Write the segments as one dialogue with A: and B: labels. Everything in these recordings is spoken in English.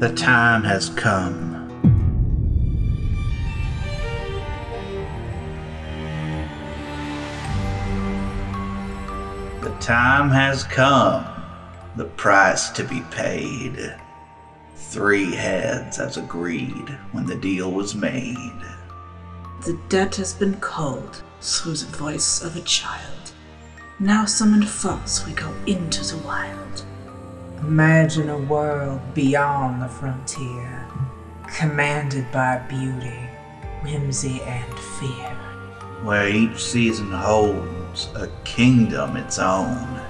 A: The time has come. The time has come. The price to be paid. Three heads as agreed when the deal was made.
B: The debt has been called, through the voice of a child. Now summoned forth, we go into the wild.
C: Imagine a world beyond the frontier, commanded by beauty, whimsy, and fear.
A: Where each season holds a kingdom its own.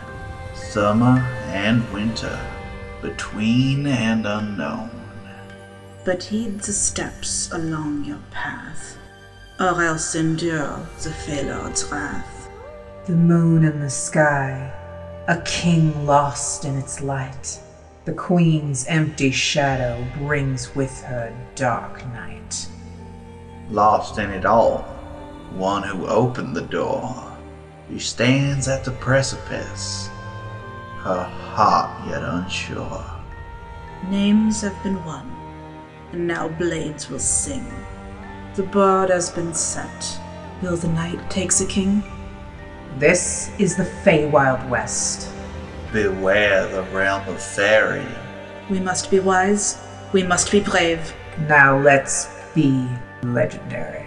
A: Summer and winter, between and unknown.
B: But heed the steps along your path, or else endure the Phalord's wrath.
C: The moon in the sky, a king lost in its light. The queen's empty shadow brings with her dark night.
A: lost in it all, one who opened the door. She stands at the precipice, her heart yet unsure.
B: Names have been won, and now blades will sing. The board has been set. Will the knight takes a king?
C: This is the Feywild West.
A: Beware the realm of fairy.
B: We must be wise. We must be brave.
C: Now let's be legendary.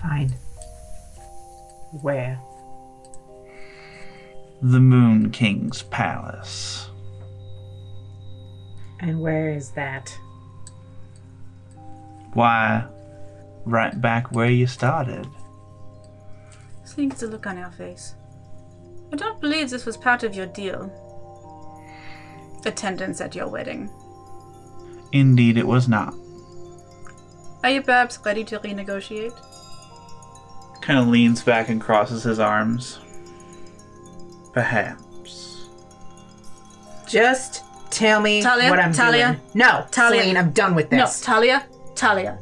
D: Fine. Where?
A: The Moon King's palace.
D: And where is that?
A: Why, right back where you started.
E: Think the look on your face. I don't believe this was part of your deal. Attendance at your wedding.
A: Indeed, it was not.
E: Are you perhaps ready to renegotiate?
A: Kind of leans back and crosses his arms. Perhaps.
C: Just tell me
E: Talia,
C: what I'm
E: Talia,
C: doing. No,
E: Talia.
C: Celine, I'm done with this.
E: No, Talia, Talia.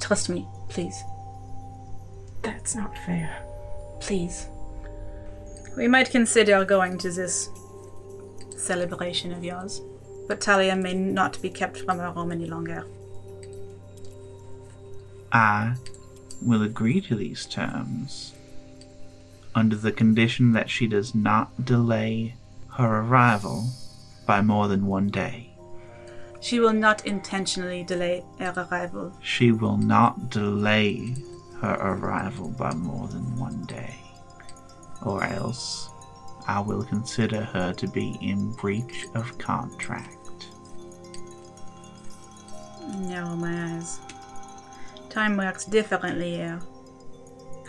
E: Trust me, please,
C: That's not fair.
E: please. We might consider going to this celebration of yours, but Talia may not be kept from her home any longer.
A: I will agree to these terms under the condition that she does not delay her arrival by more than one day.
E: She will not intentionally delay her arrival.
A: She will not delay her arrival by more than one day, or else I will consider her to be in breach of contract.
E: Narrow my eyes. Time works differently here.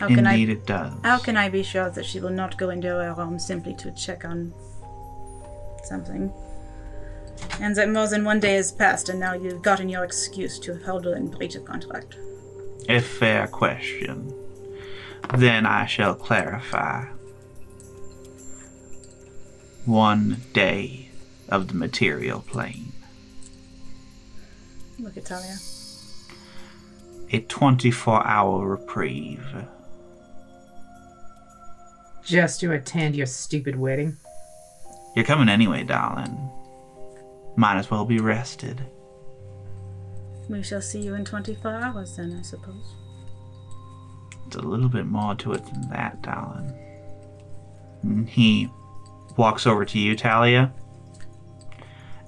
E: How can
A: Indeed,
E: I?
A: it does.
E: How can I be sure that she will not go into her room simply to check on something? And that more than one day has passed, and now you've gotten your excuse to hold her in breach of contract.
A: a fair question. Then I shall clarify. One day of the material plane.
E: Look at Talia.
A: A 24 hour reprieve.
C: Just to attend your stupid wedding.
A: You're coming anyway, darling. Might as well be rested.
E: We shall see you in 24 hours, then, I suppose.
A: It's a little bit more to it than that, darling. And he walks over to you, Talia,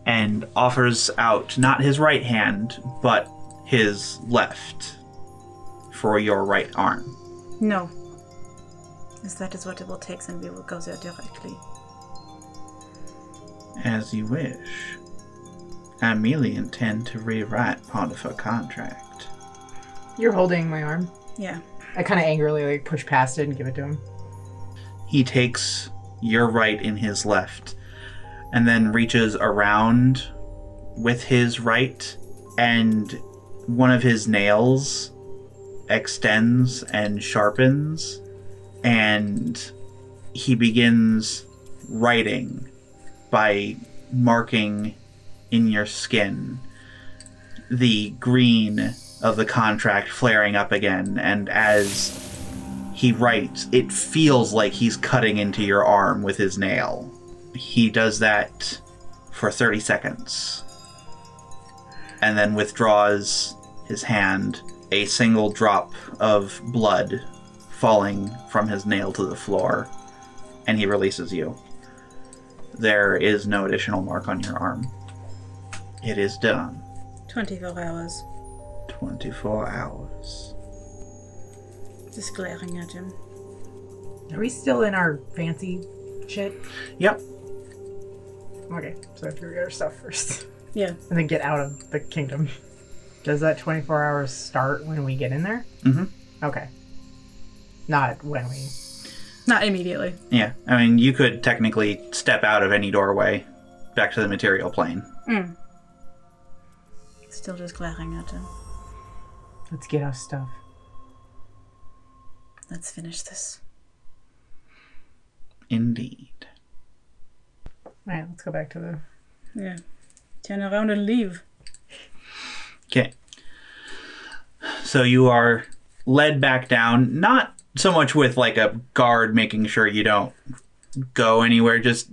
A: and offers out not his right hand, but his left for your right arm.
E: No. As that is what it will take, then we will go there directly.
A: As you wish. I merely intend to rewrite part of her contract.
F: You're holding my arm.
E: Yeah.
F: I kind of angrily like push past it and give it to him.
A: He takes your right in his left and then reaches around with his right, and one of his nails extends and sharpens, and he begins writing by marking in your skin the green of the contract flaring up again, and as he writes, it feels like he's cutting into your arm with his nail. He does that for 30 seconds and then withdraws his hand, a single drop of blood falling from his nail to the floor, and he releases you. There is no additional mark on your arm. It is done.
E: 24 hours.
A: 24 hours.
E: Just glaring at him.
G: Are we still in our fancy shit?
A: Yep.
F: Okay, so if we get our stuff first
E: Yeah.
F: and then get out of the kingdom. Does that 24 hours start when we get in there?
A: hmm
F: Okay. Not when we.
E: Not immediately.
A: Yeah. I mean, you could technically step out of any doorway back to the material plane.
E: Mm. Still just glaring at him.
F: Let's get our stuff.
E: Let's finish this.
A: Indeed.
F: All right, let's go back to the.
E: Yeah. Turn around and leave.
A: Okay. So you are led back down, not so much with like a guard making sure you don't go anywhere, just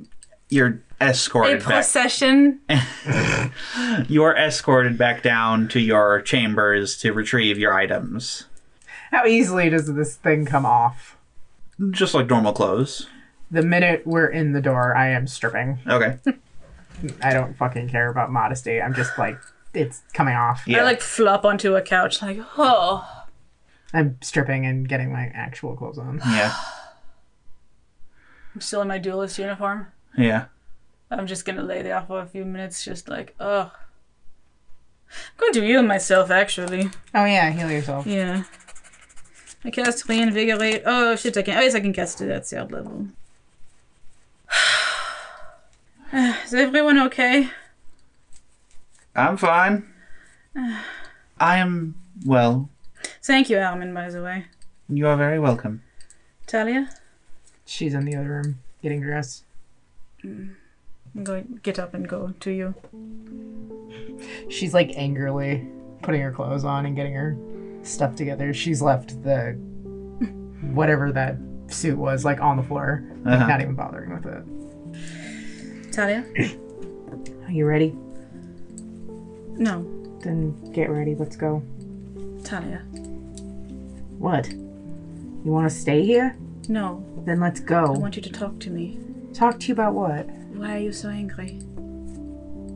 A: you're
E: A
A: escorted back.
E: procession.
A: You're escorted back down to your chambers to retrieve your items.
F: How easily does this thing come off?
A: Just like normal clothes.
F: The minute we're in the door, I am stripping.
A: Okay.
F: I don't fucking care about modesty. I'm just like, it's coming off.
A: Yeah.
E: I like flop onto a couch, like, oh.
F: I'm stripping and getting my actual clothes on.
A: yeah.
E: I'm still in my duelist uniform.
A: Yeah.
E: I'm just gonna lay there for a few minutes, just like, oh. I'm going to heal myself, actually.
F: Oh, yeah, heal yourself.
E: Yeah. I cast reinvigorate. Oh shit! I can. I guess I can cast it at third level. Uh, Is everyone okay?
A: I'm fine. I am well.
E: Thank you, Armin. By the way,
A: You are very welcome.
E: Talia,
F: She's in the other room getting dressed.
E: I'm going get up and go to you.
F: She's like angrily putting her clothes on and getting her stuff together. She's left the whatever that suit was like on the floor, like,
A: Uh-huh.
F: not even bothering with it.
E: Talia?
F: Are you ready?
E: No,
F: Then get ready. Let's go.
E: Talia.
F: What? You want to stay here?
E: No,
F: Then let's
E: I
F: go.
E: want you to talk to me.
F: Talk to you about what?
E: Why are you so angry?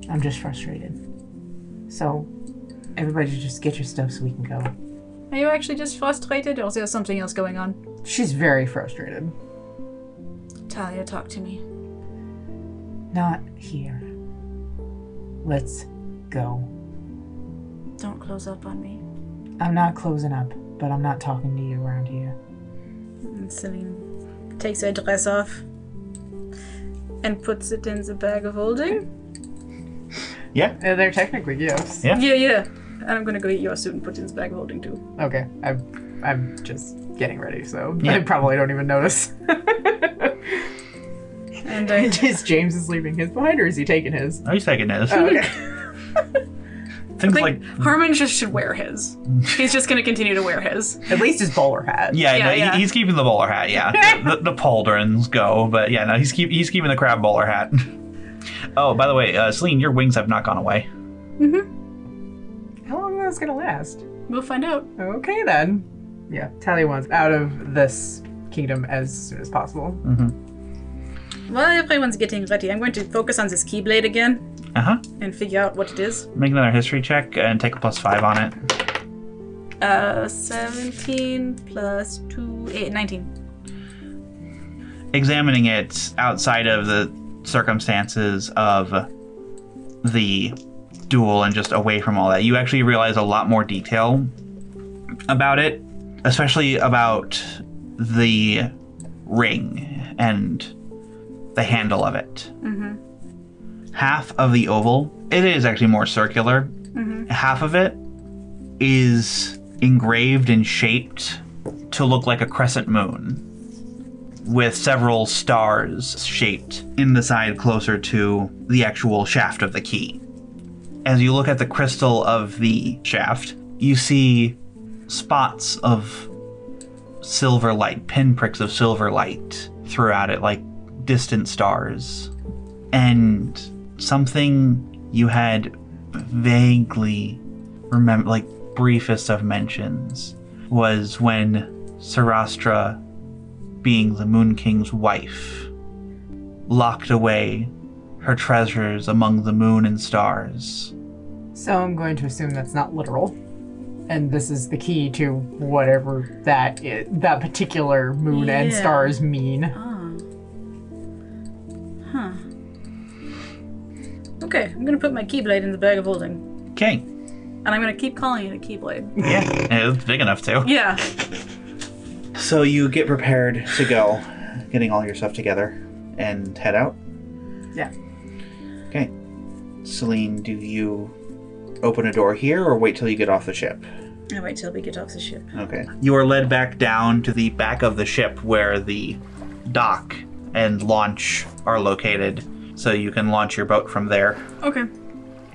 F: I'm just frustrated. So, everybody just get your stuff so we can go.
E: Are you actually just frustrated, or is there something else going on?
F: She's very frustrated.
E: Talia, talk to me.
F: Not here. Let's go.
E: Don't close up on me.
F: I'm not closing up, but I'm not talking to you around here.
E: And Mm, Celine takes her dress off and puts it in the bag of holding.
A: Yeah.
F: Uh, they're technically gifts.
A: Yeah.
E: Yeah, yeah. And I'm gonna go eat your suit and put it in the bag of holding too.
F: Okay, I'm, I'm just getting ready, so
A: Yeah.
F: I probably don't even notice.
E: And I,
F: is James is leaving his behind, or is he taking his?
A: Are you taking this?
F: Okay.
A: Things
E: Oh, I
A: like
E: think Harmon just should wear his. He's just gonna continue to wear his.
F: At least his bowler hat.
A: Yeah,
E: Yeah,
A: no, he-
E: yeah.
A: he's keeping the bowler hat. Yeah, the, the, the pauldrons go, but yeah, no, he's keep he's keeping the crab bowler hat. oh, by the way, uh, Celine, your wings have not gone away.
F: How long is this gonna last?
E: We'll find out.
F: Okay then. Yeah, Tally wants out of this kingdom as soon as possible.
E: While everyone's getting ready, I'm going to focus on this keyblade again
A: Uh huh.
E: and figure out what it is.
A: Make another history check and take a plus five on it.
E: Uh, 17 plus 2, 8, 19.
A: Examining it outside of the circumstances of the duel and just away from all that, you actually realize a lot more detail about it, especially about the ring and the handle of it. Half of the oval, it is actually more circular, half of it is engraved and shaped to look like a crescent moon with several stars shaped in the side closer to the actual shaft of the key. As you look at the crystal of the shaft, you see spots of silver light, pinpricks of silver light throughout it, like distant stars. And something you had vaguely remember, like briefest of mentions, was when Sarastra, being the Moon King's wife, locked away her treasures among the moon and stars.
F: So I'm going to assume that's not literal. And this is the key to whatever that i that particular moon and
E: Yeah.
F: stars mean.
E: Okay, I'm gonna put my keyblade in the bag of holding.
A: Okay,
E: And I'm gonna keep calling it a keyblade.
A: yeah, it's big enough too.
E: yeah.
A: So you get prepared to go, getting all your stuff together, and head out.
F: Yeah.
A: Okay. Celine, do you open a door here or wait till you get off the ship?
E: I wait till we get off the ship.
A: Okay. You are led back down to the back of the ship where the dock and launch are located, so you can launch your boat from there.
E: Okay.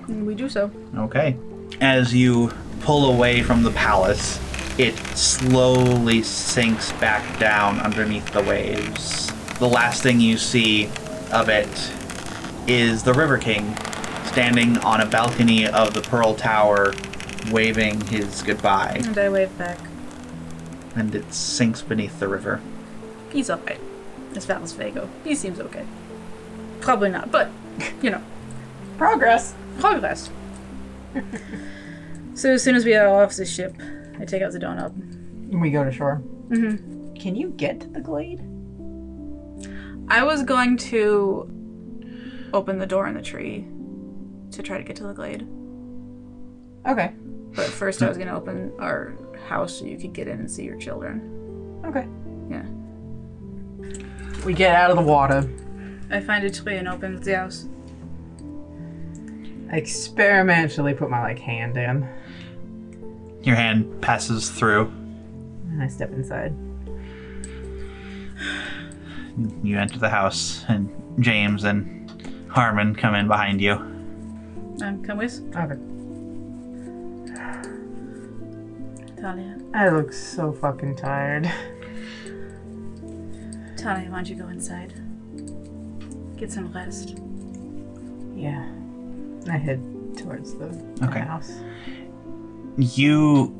E: We do so.
A: Okay. As you pull away from the palace, it slowly sinks back down underneath the waves. The last thing you see of it is the River King standing on a balcony of the Pearl Tower, waving his goodbye,
E: And I wave back.
A: and it sinks beneath the river.
E: He's alright. As far as Vago. He seems okay. Probably not, but, you know,
F: Progress.
E: progress. so as soon as we are off the ship, I take out the doorknob.
F: We go to shore. Mm-hmm. Can you get to the glade?
H: I was going to open the door in the tree to try to get to the glade.
F: Okay.
H: But first, I was going to open our house so you could get in and see your children.
F: Okay.
H: Yeah.
F: We get out of the water.
E: I find a tree and open the house.
F: I experimentally put my like hand in.
A: Your hand passes through.
F: And I step inside.
A: You enter the house, and James and Harmon come in behind you.
E: Um, come with?
F: Okay.
E: Talia.
F: I look so fucking tired.
E: Talia, why don't you go inside? Get some rest.
F: Yeah. I head towards the
A: Okay.
F: house.
A: you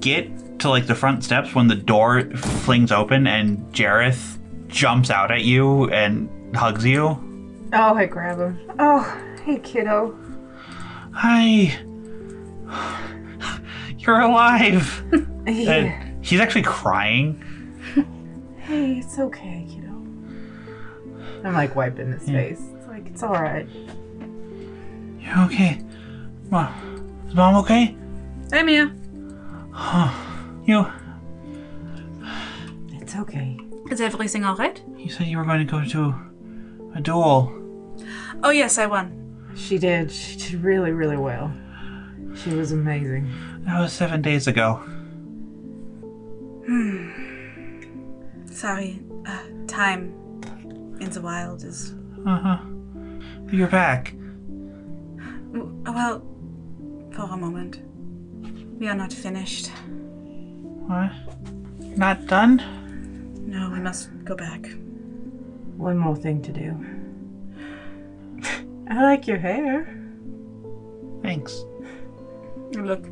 A: get to like the front steps when the door flings open and Jareth jumps out at you and hugs you.
F: Oh, I grab him. Oh, hey kiddo.
A: Hi. You're alive. And he's actually crying.
F: Hey, it's okay, kiddo. I'm like wiping his face. It's like it's all right.
A: You okay? Mom, is mom okay?
E: I'm here.
A: You
F: It's okay.
H: Is everything alright?
A: you said you were going to go to a duel.
H: Oh, yes, I won.
F: She did. She did really, really well. She was amazing.
A: That was seven days ago.
H: Sorry. Uh, time in the wild is.
A: Uh huh. You're back.
H: w- Well, for a moment. We are not finished.
A: What? Not done?
H: No, we must go back.
F: One more thing to do. I like your hair.
A: Thanks.
H: Look.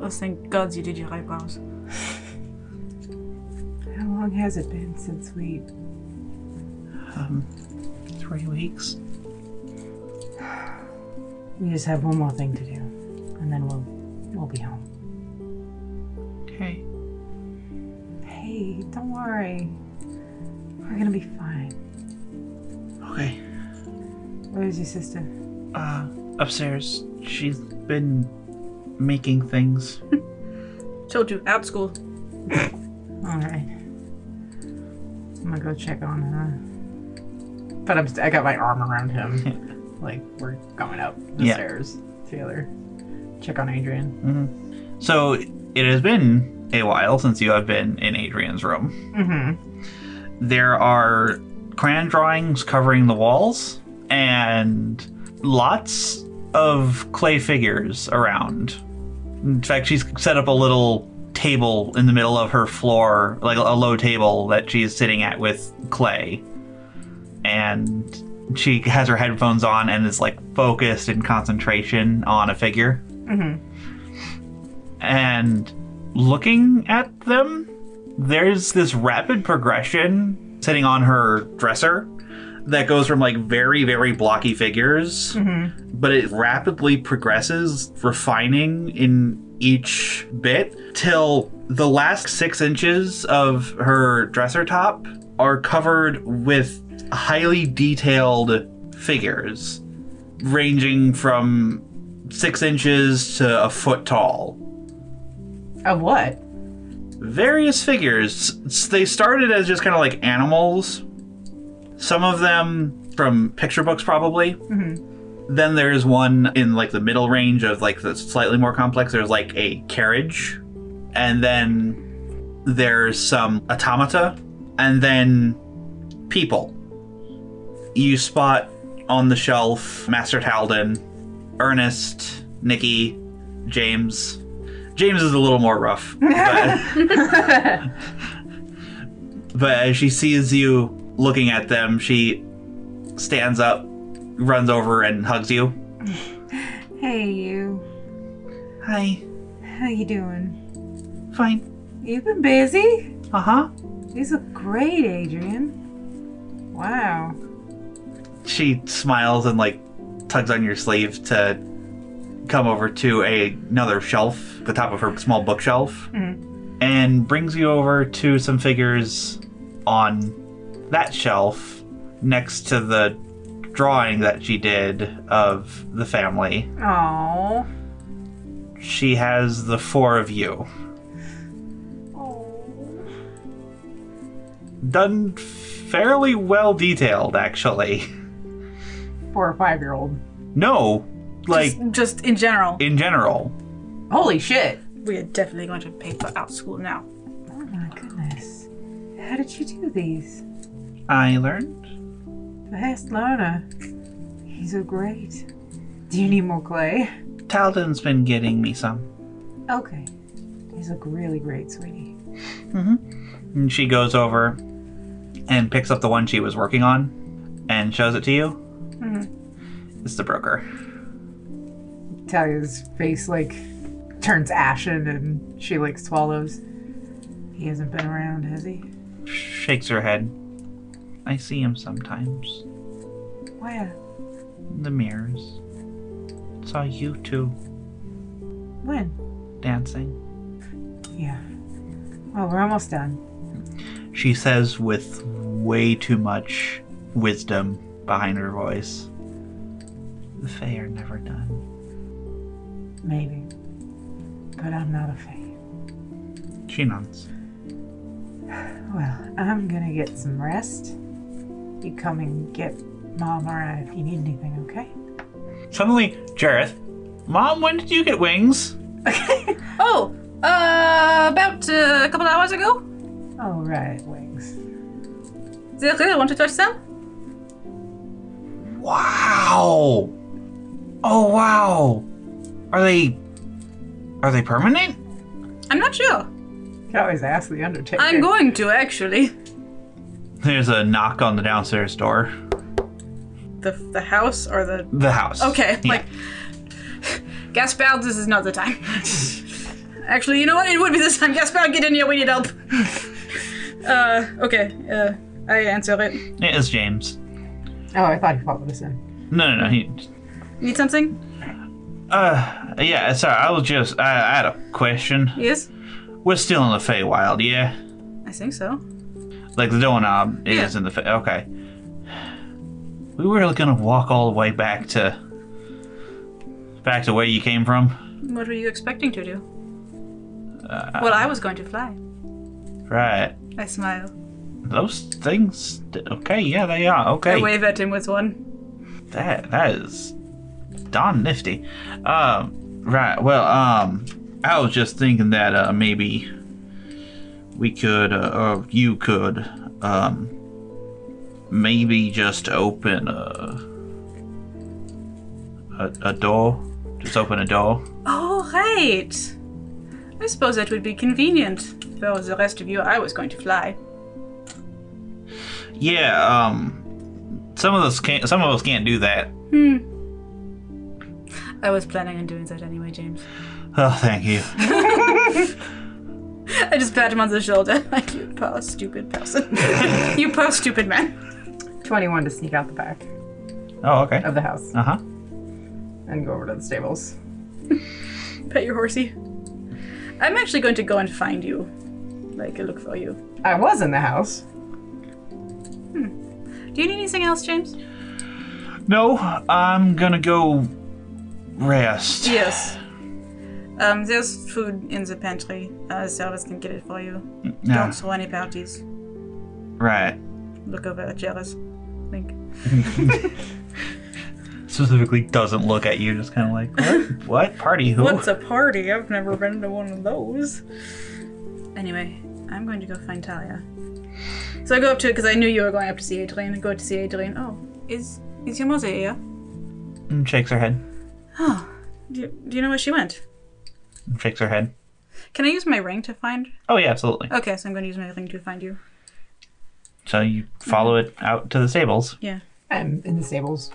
H: Oh, thank God you did your eyebrows.
F: How long has it been since we?
A: Um, three weeks.
F: We just have one more thing to do, and then we'll we'll be home.
A: Okay.
F: Hey, don't worry. We're gonna be fine.
A: Okay.
F: Where's your sister?
A: Uh, upstairs. She's been making things.
H: Told you, out school.
F: All right. I'm gonna go check on her. But I'm st- I got my arm around him. like we're going up the
A: Yeah.
F: stairs together. Check on Adrian.
A: So it has been a while since you have been in Adrian's room.
F: Mm-hmm.
A: There are crayon drawings covering the walls and lots of clay figures around. In fact, she's set up a little table in the middle of her floor, like a low table that she is sitting at with clay. And she has her headphones on and is like focused in concentration on a figure. and looking at them, there's this rapid progression sitting on her dresser that goes from like very, very blocky figures, but it rapidly progresses, refining in each bit till the last six inches of her dresser top are covered with highly detailed figures ranging from six inches to a foot tall
F: Of what?
A: various figures. S- They started as just kind of like animals. Some of them from picture books, probably. Then there's one in like the middle range of like the slightly more complex. There's like a carriage, and then there's some automata, and then people. You spot on the shelf Master Talden, Ernest, Nikki, James. James is a little more rough. But but as she sees you looking at them, she stands up, runs over, and hugs you.
C: Hey, you.
A: Hi.
C: How you doing?
A: Fine.
C: You've been busy.
A: Uh huh.
C: These look great, Adrian. Wow.
A: She smiles and like tugs on your sleeve to come over to a, another shelf, the top of her small bookshelf, Mm-hmm. and brings you over to some figures on that shelf next to the drawing that she did of the family.
F: Oh.
A: She has the four of you. Done fairly well detailed, actually.
F: Four or five year old.
A: No, like
H: Just, just in general,
A: in general.
F: Holy shit.
H: we are definitely going to pay for out school now.
C: Oh my goodness. How did you do these?
A: I learned.
C: Fast learner. These are great. Do you need more clay?
A: Talden's been getting me some.
C: Okay. These look really great, sweetie.
A: And she goes over and picks up the one she was working on and shows it to you. It's the broker.
F: Talia's face like turns ashen and she like swallows.
C: He hasn't been around, has he?
A: Shakes her head. I see him sometimes.
C: Where?
A: in The mirrors. Saw you two
C: When?
A: dancing.
C: Yeah. Well, we're almost done.
A: she says with way too much wisdom behind her voice. The Fae are never done.
C: Maybe. But I'm not a fan.
A: She nods.
C: Well, I'm gonna get some rest. You come and get Mom or I if you need anything, okay?
A: Suddenly, Jareth, Mom, when did you get wings?
H: Oh, uh, about uh, a couple hours ago.
C: All right, Wings.
H: They really want to touch them?
A: Wow. Oh wow. Are they are they permanent?
H: I'm not sure.
F: You can always ask the Undertaker.
H: I'm going to actually.
A: There's a knock on the downstairs door.
H: The the house or the
A: The house.
H: okay
A: Yeah.
H: like. Gaspard, this is not the time. actually, you know what? It would be this time. Gaspard, get in here. We need help. uh, okay. Uh, I answer it.
A: it is James.
F: Oh, I thought he followed us in.
A: No, no, no. He,
H: Need something?
A: uh, yeah. Sorry, I was just. I, I had a question.
H: Yes.
A: We're still in the Feywild, yeah.
H: I think so.
A: Like the doorknob is
H: Yeah.
A: in the fa- okay. We were gonna walk all the way back to back to where you came from,
E: What were you expecting to do? well, I was going to fly.
A: right?
E: I smile.
A: Those things. Okay, yeah, they are.
E: I
A: Okay,
E: wave at him with one.
A: that that is darn nifty. Um, right. Well, um, I was just thinking that uh, maybe we could, uh, or you could, um, maybe just open a a, a door. Just open a door.
E: Oh, right. I suppose that would be convenient for the rest of you. I was going to fly.
A: Yeah, um, some of us can't. Some of us can't do that.
E: I was planning on doing that anyway, James.
A: Oh, thank you.
E: I just pat him on the shoulder. Like, you poor stupid person. you poor stupid man.
F: 21 to sneak out the back
A: Oh, okay.
F: of the house
A: Uh huh.
F: and go over to the stables.
E: Pet your horsey. I'm actually going to go and find you. Like, look for you.
F: I was in the house.
E: Do you need anything else, James?
A: No, I'm gonna go rest.
E: Yes. Um, there's food in the pantry. Uh, service can get it for you.
A: No,
E: Don't throw any parties.
A: right.
E: Look over at Jerris. Think.
A: Specifically, doesn't look at you. Just kind of like, what? what party? Who?
E: What's a party? I've never been to one of those. Anyway, I'm going to go find Talia. So I go up to it because I knew you were going up to see Adrian. I go to see Adrian. Oh, is is your mother here?
A: And shakes her head.
E: Oh, do you, do you know where she went?
A: And shakes her head.
E: Can I use my ring to find?
A: Oh yeah, absolutely.
E: Okay, so I'm going to use my ring to find you.
A: So you follow it out to the stables.
F: I'm in the stables.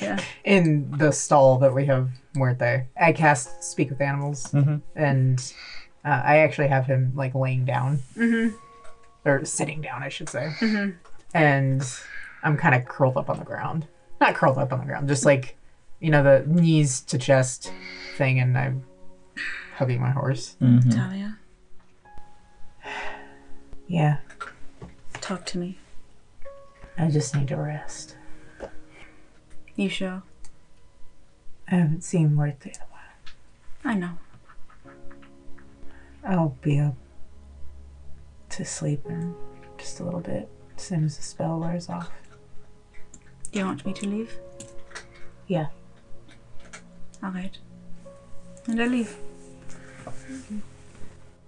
E: Yeah.
F: In the stall that we have, weren't they? I cast Speak with Animals,
A: Mhm.
F: and uh, I actually have him like laying down, mm-hmm. or sitting down, I should say. Mm-hmm. And I'm kind of curled up on the ground. Not curled up on the ground, just like you know the knees to chest thing, and I'm hugging my horse.
E: Talia,
C: Yeah,
E: talk to me.
C: I just need to rest.
E: You sure?
C: I haven't seen Worthy in a while.
E: I know.
C: I'll be up to sleep in just a little bit as soon as the spell wears off.
E: Do you want me to leave?
C: Yeah.
E: All right. And I leave.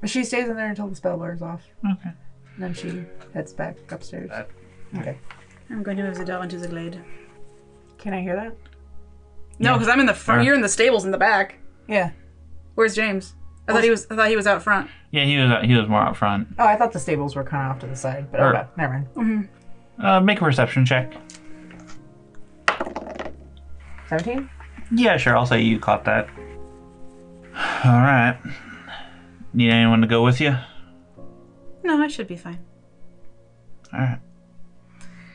F: But she stays in there until the spell wears off.
A: Okay.
F: And then she heads back upstairs.
A: Uh,
F: okay.
E: I'm going to move the door into the glade.
F: Can I hear that?
E: No, because I'm in the front.
A: Uh.
E: You're in the stables in the back.
F: Yeah.
E: Where's James? I thought he was. I thought he was out front.
A: Yeah, he was out, he was more out front.
F: Oh, I thought the stables were kind of off to the side, but
A: Or-
F: okay, never mind.
A: Uh, make a perception check.
F: 17?
A: Yeah, sure. I'll say you caught that. All right. Need anyone to go with you?
E: No, I should be fine.
A: All right.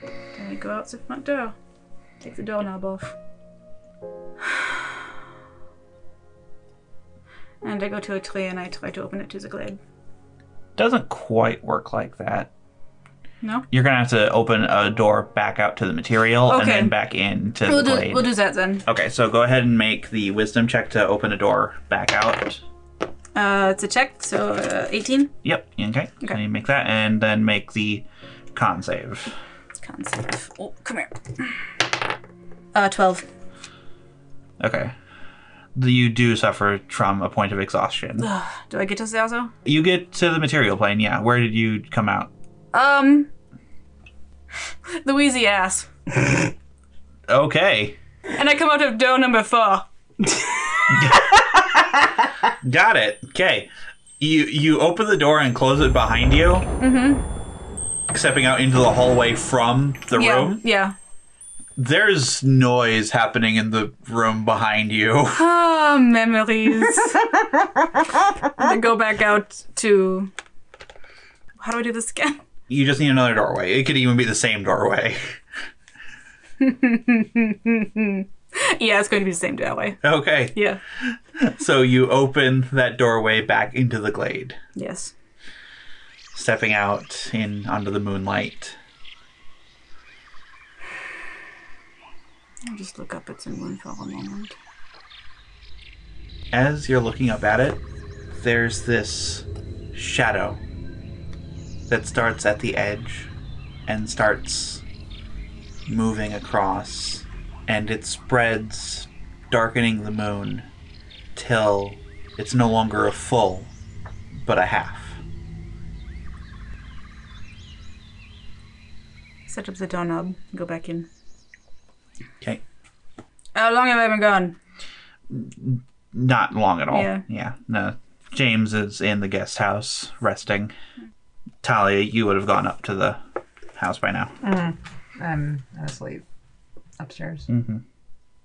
E: Then I go out the front door. Take the doorknob off. And I go to a tree and I try to open it to the glade.
A: doesn't quite work like that.
E: No?
A: You're gonna have to open a door back out to the material and
E: Okay.
A: then back into
E: We'll
A: the
E: do,
A: blade.
E: we'll do that then.
A: okay, so go ahead and make the wisdom check to open a door back out.
E: Uh, it's a check, so uh, 18.
A: Yep. Okay. So
E: Okay.
A: you make that and then make the con save.
E: Con save. Oh, come here. Uh, 12.
A: Okay. You do suffer from a point of exhaustion.
E: Do I get to Zazo?
A: You get to the material plane, yeah. Where did you come out?
E: Um. Louisy ass.
A: Okay.
E: And I come out of door number four.
A: Got it. Okay. You you open the door and close it behind you. Mm-hmm. Stepping out into the hallway from the
E: Mm-hmm. Yeah.
A: room.
E: Yeah.
A: There's noise happening in the room behind you.
E: Ah, memories. I go back out to. How do I do this again?
A: You just need another doorway. It could even be the same doorway.
E: Yeah, it's going to be the same doorway.
A: Okay.
E: Yeah.
A: So you open that doorway back into the glade,
E: Yes.
A: stepping out in onto the moonlight.
E: I'll just look up at someone for a moment.
A: As you're looking up at it, there's this shadow that starts at the edge and starts moving across, and it spreads, darkening the moon till it's no longer a full, but a half.
E: Set up the doorknob. Go back in.
A: Okay.
E: How long have I been gone?
A: Not long at all.
E: Yeah.
A: No. James is in the guest house resting. Talia, you would have gone up to the house by now.
F: I'm asleep upstairs.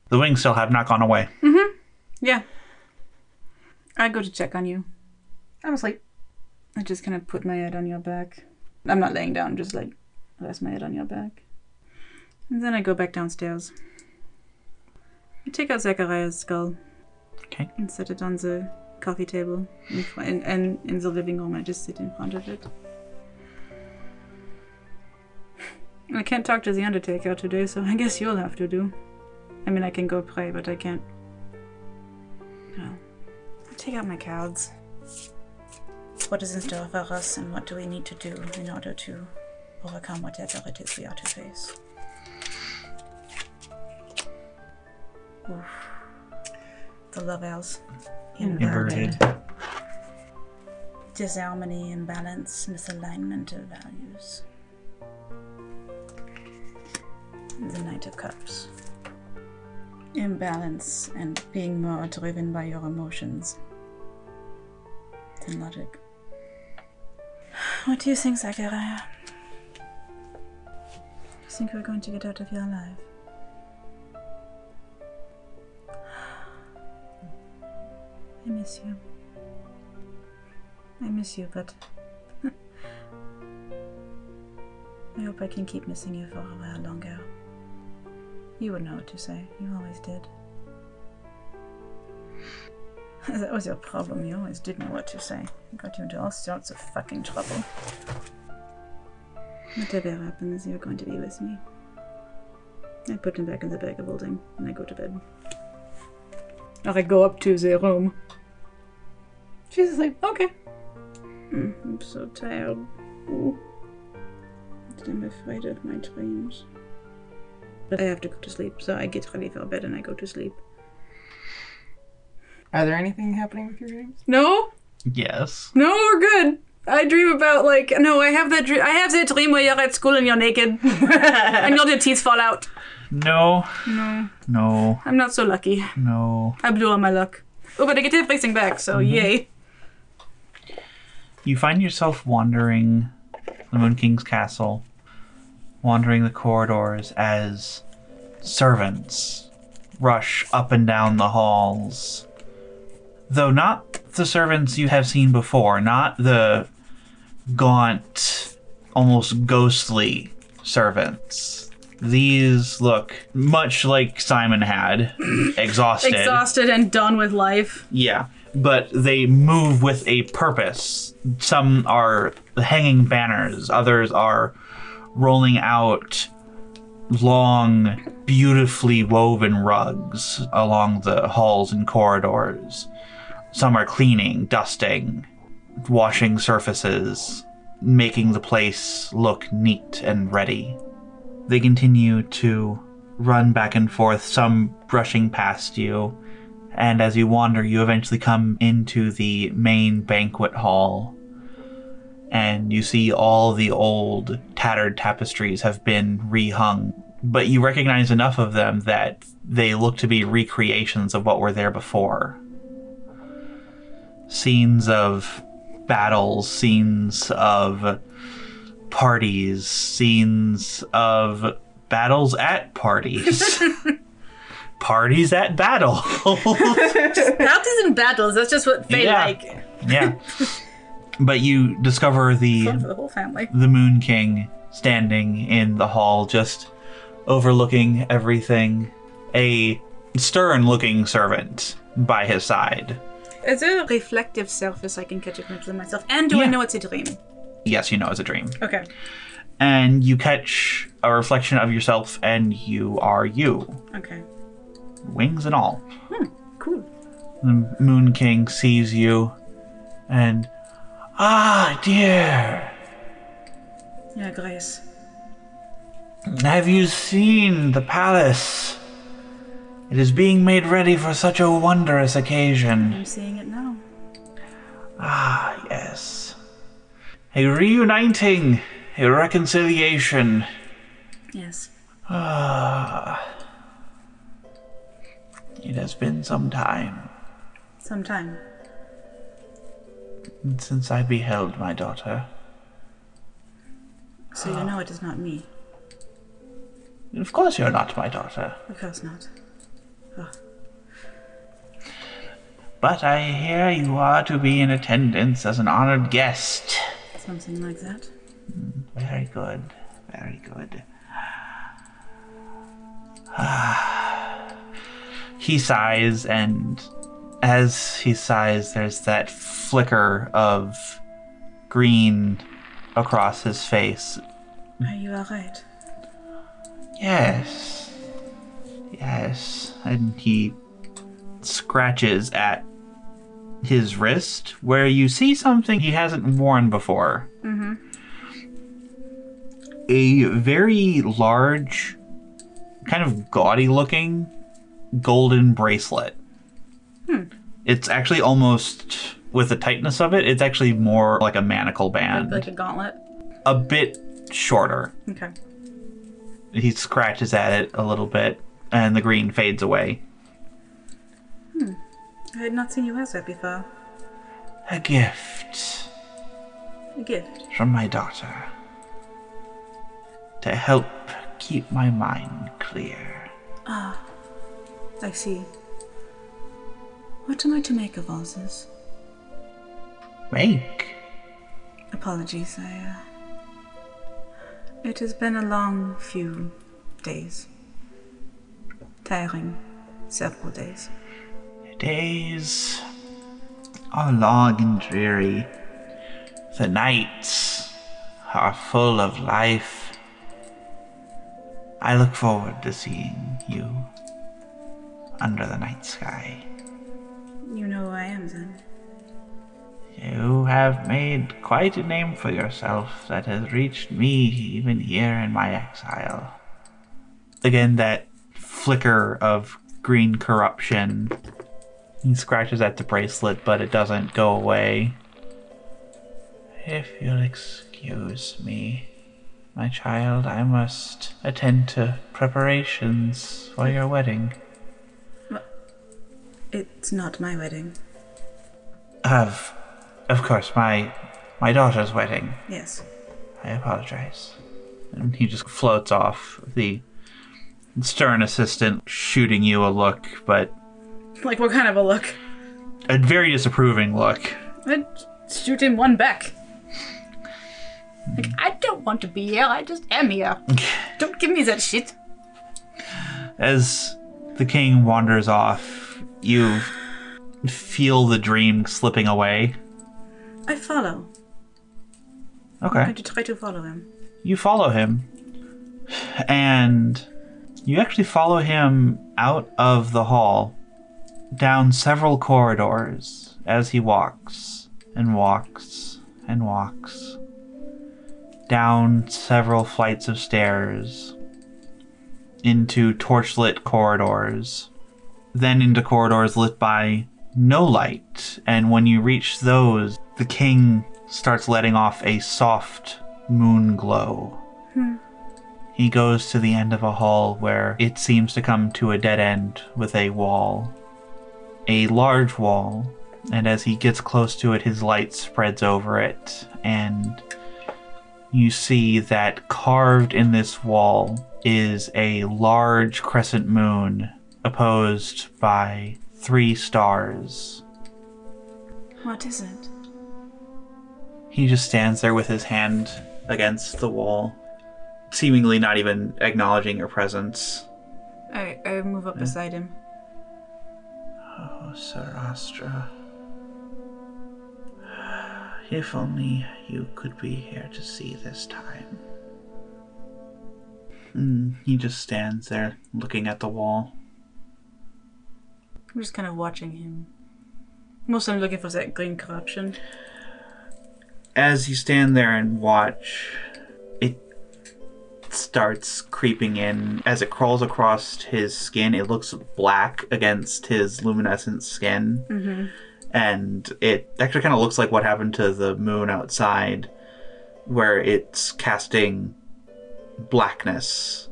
A: The wings still have not gone away.
E: Yeah. I go to check on you.
F: I'm asleep.
E: I just kind of put my head on your back. I'm not laying down, just like rest my head on your back. And then I go back downstairs. I take out Zachariah's skull.
A: Okay.
E: And set it on the coffee table. In fr- and, and in the living room, I just sit in front of it. I can't talk to the Undertaker today, so I guess you'll have to do. I mean, I can go pray, but I can't. Well, I take out my cards.
H: What is in store for us, and what do we need to do in order to overcome whatever it is we are to face? Oof. The love elves.
A: Inverted.
H: Disharmony, imbalance, misalignment of values. The Knight of Cups.
E: imbalance and being more driven by your emotions than logic.
H: What do you think, Zachariah? Do you think we're going to get out of here alive? I miss you. I miss you, but I hope I can keep missing you for a while longer. You would know what to say. You always did. that was your problem. You always did know what to say. It got you into all sorts of fucking trouble.
E: Whatever happens, you're going to be with me. I put him back in the bag of holding and I go to bed. Or I go up to the room.
F: She's asleep. Okay.
E: Mm, I'm so tired. Ooh. And I'm afraid of my dreams. But I have to go to sleep, so I get ready for bed and I go to sleep.
F: Are there anything happening with your dreams?
E: No,
A: Yes.
E: No, we're good. I dream about like no, I have that dream. I have that dream where you're at school and you're naked and all your teeth fall out.
A: No. No.
E: I'm not so lucky.
A: No. No.
E: I blew all my luck. Oh, but I get everything back, so yay!
A: You find yourself wandering the Moon King's castle, wandering the corridors as servants rush up and down the halls. Though not the servants you have seen before, not the gaunt, almost ghostly servants. These look much like Simon had,
E: Exhausted and done with life.
A: yeah, but they move with a purpose. Some are hanging banners, others are rolling out long, beautifully woven rugs along the halls and corridors. Some are cleaning, dusting, washing surfaces, making the place look neat and ready. They continue to run back and forth, some brushing past you, and as you wander, you eventually come into the main banquet hall. And you see all the old, tattered tapestries have been rehung. But you recognize enough of them that they look to be recreations of what were there before. Scenes of battles, scenes of parties, scenes of battles at parties, parties at battle.
H: That isn't battles. That's just what they
A: Yeah.
H: like.
A: yeah. But you discover the
H: For the whole family.
A: the Moon King standing in the hall, just overlooking everything. A stern-looking servant by his side.
E: Is there a reflective surface I can catch a glimpse of myself? And do I
A: Yeah.
E: know it's a dream?
A: Yes, you know it's a dream.
E: Okay.
A: and you catch a reflection of yourself, and you are you,
E: Okay.
A: wings and all.
E: Cool.
A: The Moon King sees you, and ah, dear,
E: Yeah, Grace.
A: have you seen the palace? It is being made ready for such a wondrous occasion.
E: I'm seeing it now.
A: Ah, yes. A reuniting, a reconciliation. Ah.
E: Yes.
A: It has been some time
E: Sometime.
A: since I beheld my daughter.
E: So you know it is not me.
A: Of course, you're not my daughter,
E: Of course not.
A: but I hear you are to be in attendance as an honored guest.
E: Something like that.
A: Very good, very good. he sighs, and as he sighs, there's that flicker of green across his face.
E: Are Uh, you alright?
A: Yes. Yes. And he scratches at his wrist where you see something he hasn't worn before. Mm-hmm. A very large, kind of gaudy looking golden bracelet. It's actually almost, with the tightness of it, it's actually more like a manacle band.
E: Like a gauntlet?
A: a bit shorter
E: Okay.
A: he scratches at it a little bit and the green fades away
E: I had not seen you wear that before.
A: a gift
E: A gift.
A: from my daughter to help keep my mind clear
E: I see. What am I to make of all this?
A: make
E: Apologies, I. Uh, it has been a long few days. Tiring. Several days.
A: days are long and dreary the nights are full of life i look forward to seeing you under the night sky
E: You know who I am then.
A: You have made quite a name for yourself that has reached me even here in my exile. Again, that flicker of green corruption. He scratches at the bracelet, but it doesn't go away. If you'll excuse me, my child, I must attend to preparations for your wedding.
E: It's not my wedding.
A: Of, of course, my my daughter's wedding.
E: Yes.
A: I apologize. And he just floats off, the stern assistant shooting you a look, but
H: Like, what kind of a look?
A: a very disapproving look.
H: I'd shoot him one back. Like, I don't want to be here, I just am here. don't give me that shit.
A: As the king wanders off, you feel the dream slipping away.
E: I follow. I'm
A: Okay.
E: going to try to follow him.
A: You follow him, and you actually follow him out of the hall, down several corridors as he walks and walks and walks, down several flights of stairs, into torchlit corridors, then into corridors lit by no light. And when you reach those, the king starts letting off a soft moon glow. He goes to the end of a hall where it seems to come to a dead end with a wall. A large wall, and as he gets close to it, his light spreads over it, and you see that carved in this wall is a large crescent moon opposed by three stars.
E: What is it?
A: He just stands there with his hand against the wall, seemingly not even acknowledging your presence.
E: I, I move up beside him.
A: Oh, Sir Astra. If only you could be here to see this time. And he just stands there looking at the wall.
E: I'm just kind of watching him. Mostly I'm looking for that green corruption.
A: as you stand there and watch, it starts creeping in. As it crawls across his skin, it looks black against his luminescent skin. Mm-hmm. And it actually kind of looks like what happened to the moon outside, where it's casting blackness.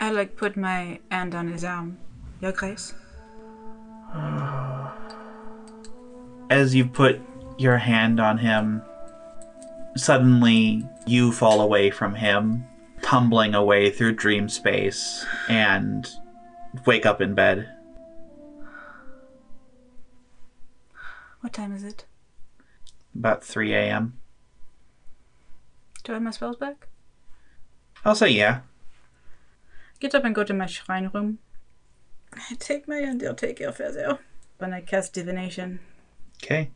E: I like put my hand on his arm. Your Grace?
A: As you put your hand on him, suddenly you fall away from him, tumbling away through dream space, and wake up in bed.
E: What time is it?
A: About 3 a.m.
E: Do I have my spells back?
A: I'll say, yeah.
E: Get up and go to my shrine room. I take my Undertaker feather. When I cast divination,
A: Okay.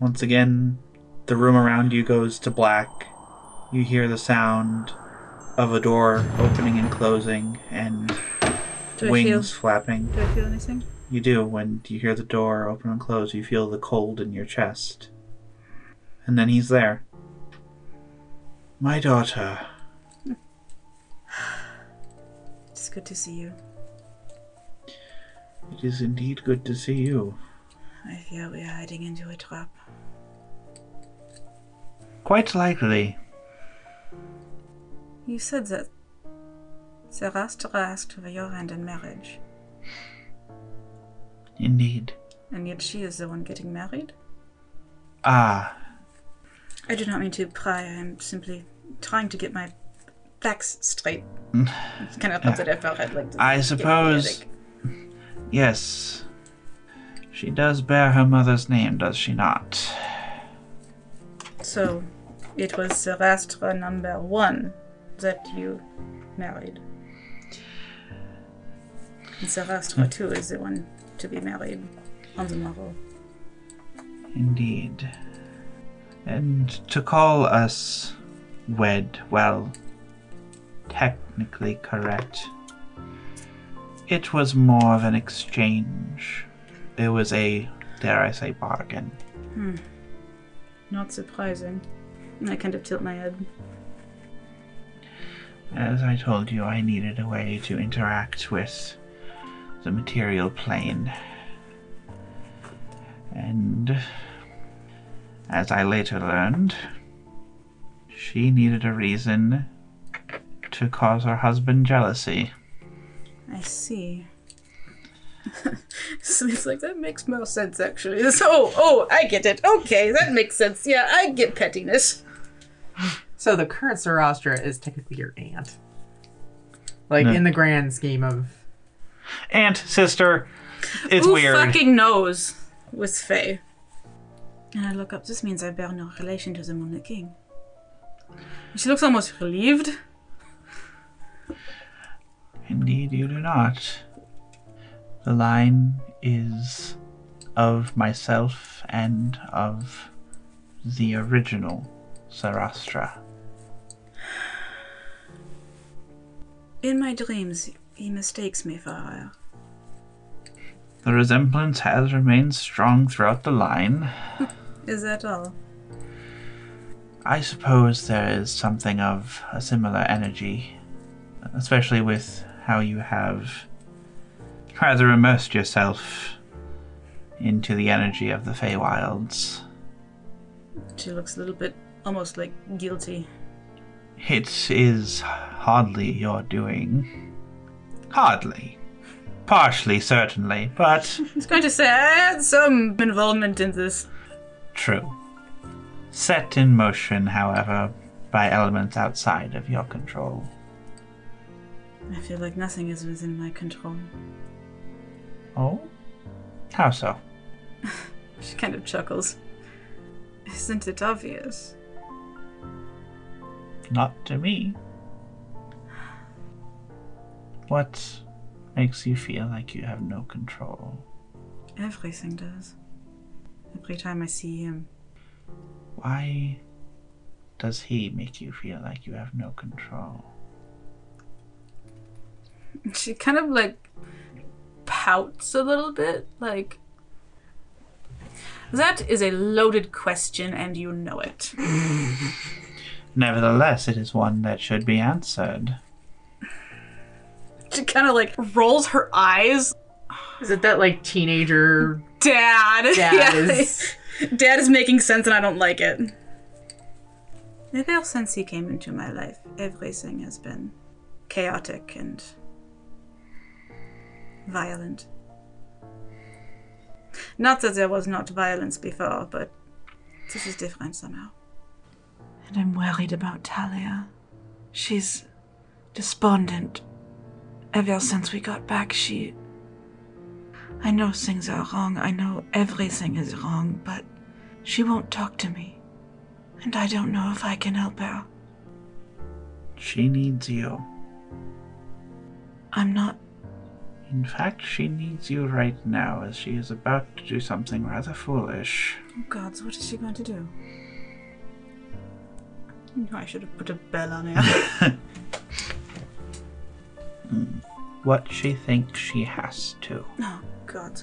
A: Once again, the room around you goes to black. You hear the sound of a door opening and closing and
E: do I feel?
A: wings flapping.
E: Do I feel anything?
A: You do. When you hear the door open and close, you feel the cold in your chest. And then he's there. My daughter.
E: It's good to see you.
A: It is indeed good to see you.
E: I fear we are heading into a trap.
A: Quite likely.
E: You said that Sarastra asked for your hand in marriage,
A: Indeed.
E: and yet she is the one getting married?
A: Ah,
E: I do not mean to pry, I am simply trying to get my facts straight. it's kind of upset if I had like this.
A: Mm. I suppose. Yes. She does bear her mother's name, does she not?
E: So, it was Sarastra number one that you married.
A: Hmm.
E: And Sarastra two is the one to be married on the morrow.
A: Indeed. And to call us wed, well, technically correct. It was more of an exchange. It was a, dare I say, bargain.
E: Not surprising. I kind of tilt my head.
A: As I told you, I needed a way to interact with the material plane. And as I later learned, she needed a reason to cause her husband jealousy.
E: I see. so it's like that makes more sense actually. This- oh, oh, I get it. Okay, that makes sense. Yeah, I get pettiness.
F: So the current Sarastra is technically your aunt. Like
A: No.
F: in the grand scheme of
A: Aunt, sister, it's
E: Who
A: weird.
E: fucking knows? With Faye. And I look up. This means I bear no relation to the Moon King. She looks almost relieved.
A: Indeed, you do not. The line is of myself and of the original Sarastra.
E: In my dreams, he mistakes me for her.
A: The resemblance has remained strong throughout the line.
E: Is that all?
A: I suppose there is something of a similar energy, especially with how you have rather immersed yourself into the energy of the Feywilds.
E: She looks a little bit almost like guilty.
A: It is hardly your doing. Hardly. Partially, certainly, but
E: I was going to say I had some involvement in this.
A: true. Set in motion, however, by elements outside of your control.
E: I feel like nothing is within my control.
A: Oh? How so?
E: She kind of chuckles. Isn't it obvious?
A: Not to me. What makes you feel like you have no control?
E: Everything does. Every time I see him,
A: Why Does he make you feel like you have no control?
E: She kind of like pouts a little bit, like that is a loaded question, and you know it.
A: Nevertheless, it is one that should be answered.
E: She kind of like rolls her eyes.
F: Is it that like teenager
E: Dad,
F: dad
E: Yeah.
F: is?
I: Dad is making sense and I don't like it.
E: Ever since he came into my life, everything has been chaotic and violent. Not that there was not violence before, but this is different somehow. And I'm worried about Talia. She's despondent. Ever since we got back, she. I know things are wrong, I know everything is wrong, but she won't talk to me. And I don't know if I can help her.
A: She needs you.
E: I'm not.
A: In fact, she needs you right now as she is about to do something rather foolish.
E: Oh, gods, what is she going to do? No, I should have put a bell on her.
A: What she thinks she has to.
E: oh, God.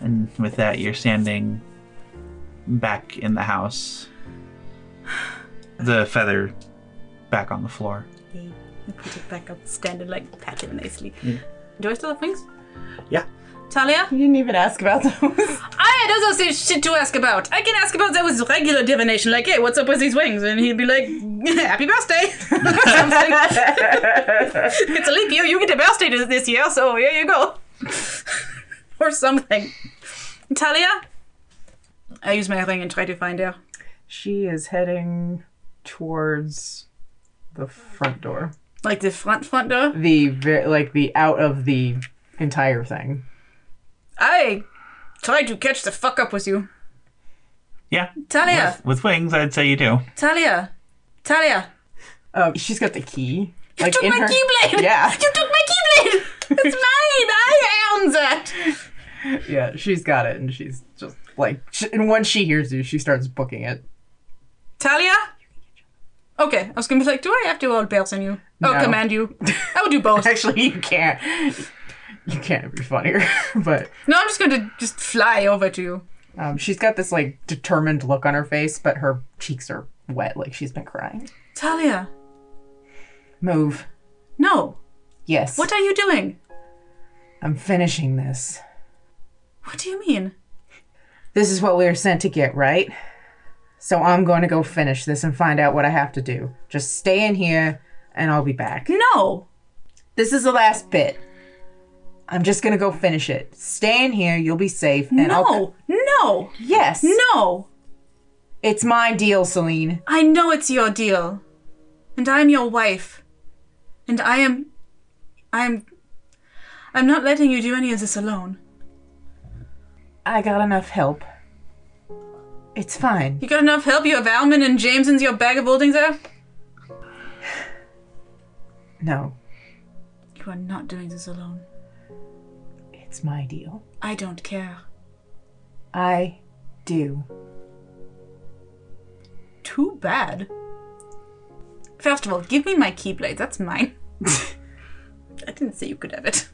A: And with that, you're standing back in the house. The feather back on the floor.
E: I put it back up, standing like pat it nicely. Do I still have wings?
A: Yeah.
E: Talia?
F: You didn't even ask about those.
E: I don't say shit to ask about. I can ask about that with regular divination, like, hey, what's up with these wings? And he'd be like, happy birthday. Something. it's a leap year. You get a birthday this- this year, so here you go. or something. Talia? I use my ring and try to find her.
F: She is heading towards the front door.
E: Like the front front door.
F: The ve- like the out of the entire thing.
E: I tried to catch the fuck up with you.
A: Yeah.
E: Talia!
A: With wings, I'd say you do.
E: Talia! Talia!
F: Um, she's got the key.
E: You
F: Like
E: took
F: in
E: my
F: her-
E: keyblade!
F: Yeah,
E: You took my keyblade! It's mine! I own that!
F: yeah. She's got it, and she's just like. She, and once she hears you, she starts booking it.
E: Talia? Okay, I was gonna be like, do I have to all bells on you? Oh,
F: No.
E: command you. I would do both.
F: Actually, you can't. You can't be funnier, but
E: No, I'm just gonna just fly over to you.
F: um, she's got this like determined look on her face, but her cheeks are wet, like she's been crying.
E: Talia,
F: Move.
E: no.
F: Yes.
E: What are you doing?
F: I'm finishing this.
E: What do you mean?
F: This is what we were sent to get, right? So I'm going to go finish this and find out what I have to do. Just stay in here and I'll be back.
E: No.
F: This is the last bit. I'm just going to go finish it. Stay in here, you'll be safe. And I'll...
E: No. No.
F: Yes.
E: No.
F: It's my deal, Celine.
E: I know it's your deal. And I'm your wife. And I am. I'm. I'm not letting you do any of this alone.
F: I got enough help. It's fine.
E: You got enough help? You have Alman and James and your bag of holding there?
F: No,
E: You are not doing this alone.
F: it's my deal.
E: I don't care.
F: I do.
E: Too bad. First of all, give me my keyblade. That's mine. I didn't say you could have it.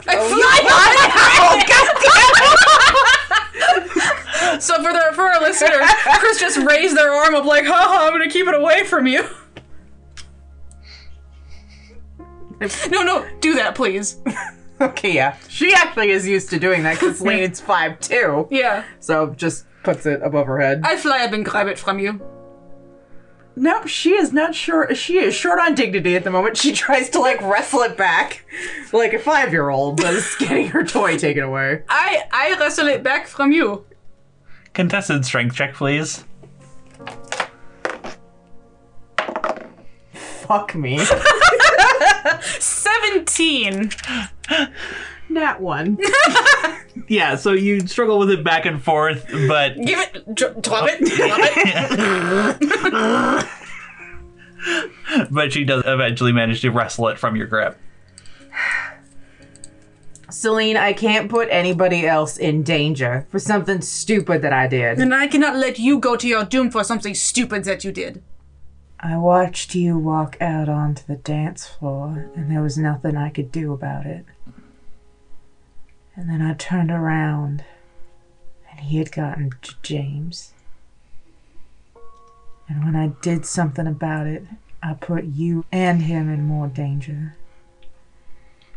E: I fly on it! So for the for our listener, Chris just raised their arm up like, haha, I'm gonna keep it away from you. No, no, do that, please.
F: Okay, yeah. She actually is used to doing that because Celine's 5'2.
E: Yeah.
F: So just puts it above her head.
E: I fly up and grab it from you.
F: Nope, she is not sure. She is short on dignity at the moment. She tries to like wrestle it back, like a five-year-old, but is getting her toy taken away.
E: I I wrestle it back from you.
A: Contested strength check, please.
F: Fuck me.
E: Seventeen.
F: Nat one.
A: Yeah, so you struggle with it back and forth, but
E: Give it, dr- drop it, drop it.
A: but she does eventually manage to wrestle it from your grip.
C: Celine, I can't put anybody else in danger for something stupid that I did.
E: And I cannot let you go to your doom for something stupid that you did.
C: I watched you walk out onto the dance floor, and there was nothing I could do about it. And then I turned around, and he had gotten J- James. And when I did something about it, I put you and him in more danger.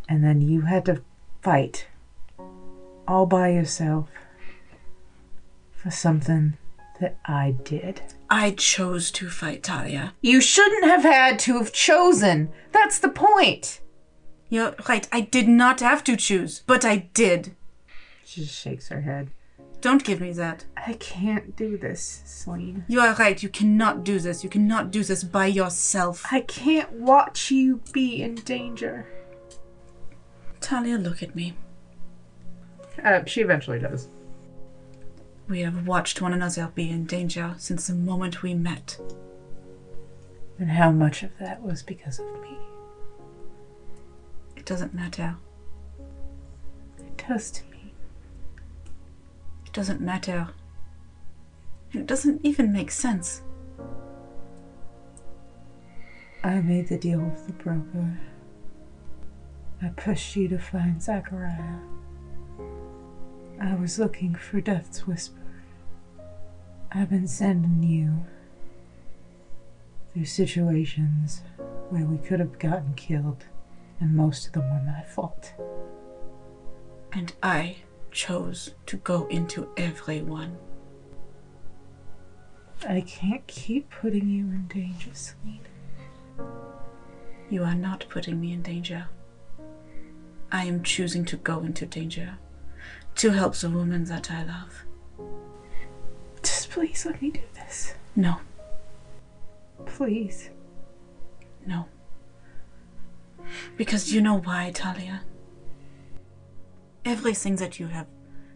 C: And then you had to fight all by yourself for something that I did.
H: I chose to fight Talia.
C: You shouldn't have had to have chosen. That's the point.
H: You're right, I did not have to choose, but I did.
C: She just shakes her head.
E: Don't give me that.
C: I can't do this, Celine.
E: You are right. You cannot do this. You cannot do this by yourself.
C: I can't watch you be in danger.
H: Talia, look at me.
F: Uh, she eventually does.
H: We have watched one another be in danger since the moment we met.
C: And how much of that was because of me?
H: It doesn't matter.
C: It does to me.
H: It doesn't matter. And it doesn't even make sense.
C: I made the deal with the broker. I pushed you to find Zachariah. I was looking for Death's Whisper. I've been sending you through situations where we could have gotten killed, and most of them were my fault.
H: And I chose to go into everyone.
C: I can't keep putting you in danger, Celine.
H: You are not putting me in danger. I am choosing to go into danger to help the woman that I love.
C: Just please let me do this.
H: No,
C: Please.
H: no. Because you know why, Talia? Everything that you have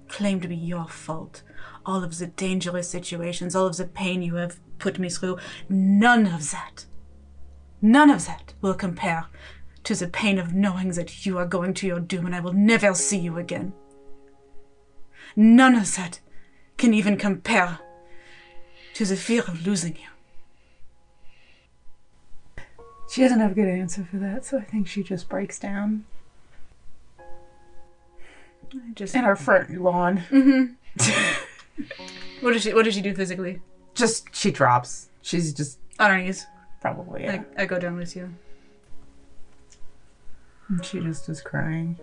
H: claimed to be your fault, all of the dangerous situations, all of the pain you have put me through, none of that, none of that will compare to the pain of knowing that you are going to your doom and I will never see you again. None of that can even compare to the fear of losing you.
C: She doesn't have a good answer for that, so I think she just breaks down.
E: I just.
F: In her front lawn.
E: What did she? What did she do physically?
F: Just, she drops. She's just
E: On her knees.
F: probably, yeah.
E: I, I go down with you.
F: And she just is crying.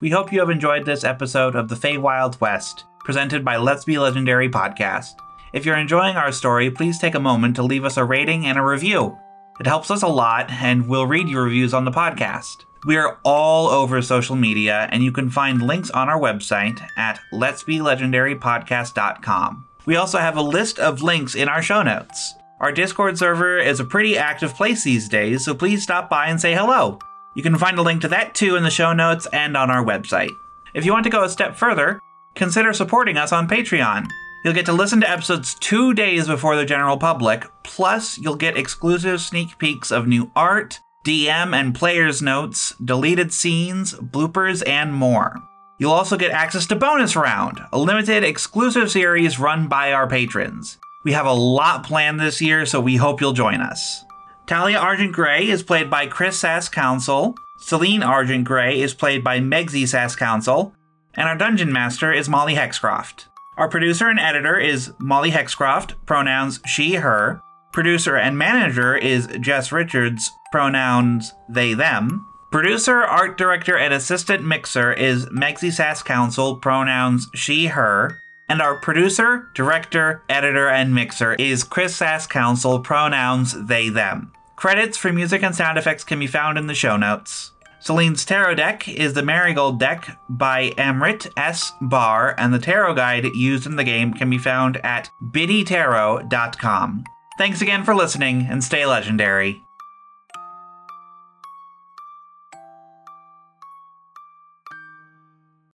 A: We hope you have enjoyed this episode of The Fey Wild West, presented by Let's Be Legendary Podcast. If you're enjoying our story, please take a moment to leave us a rating and a review. It helps us a lot, and we'll read your reviews on the podcast. We are all over social media, and you can find links on our website at letsbelegendarypodcast.com. We also have a list of links in our show notes. Our Discord server is a pretty active place these days, so please stop by and say hello. You can find a link to that too in the show notes and on our website. If you want to go a step further, consider supporting us on Patreon. You'll get to listen to episodes two days before the general public, plus, you'll get exclusive sneak peeks of new art, DM and players' notes, deleted scenes, bloopers, and more. You'll also get access to Bonus Round, a limited exclusive series run by our patrons. We have a lot planned this year, so we hope you'll join us. Talia Argent Gray is played by Chris Sass Council. Celine Argent Gray is played by Megzy Sass Council. And our dungeon master is Molly Hexcroft. Our producer and editor is Molly Hexcroft, pronouns she, her. Producer and manager is Jess Richards, pronouns they, them. Producer, art director, and assistant mixer is Megzy Sass Council, pronouns she, her. And our producer, director, editor, and mixer is Chris Sass Council, pronouns they, them. Credits for music and sound effects can be found in the show notes. Celine's tarot deck is the Marigold deck by Amrit S. Barr, and the tarot guide used in the game can be found at biddytarot.com. Thanks again for listening, and stay legendary.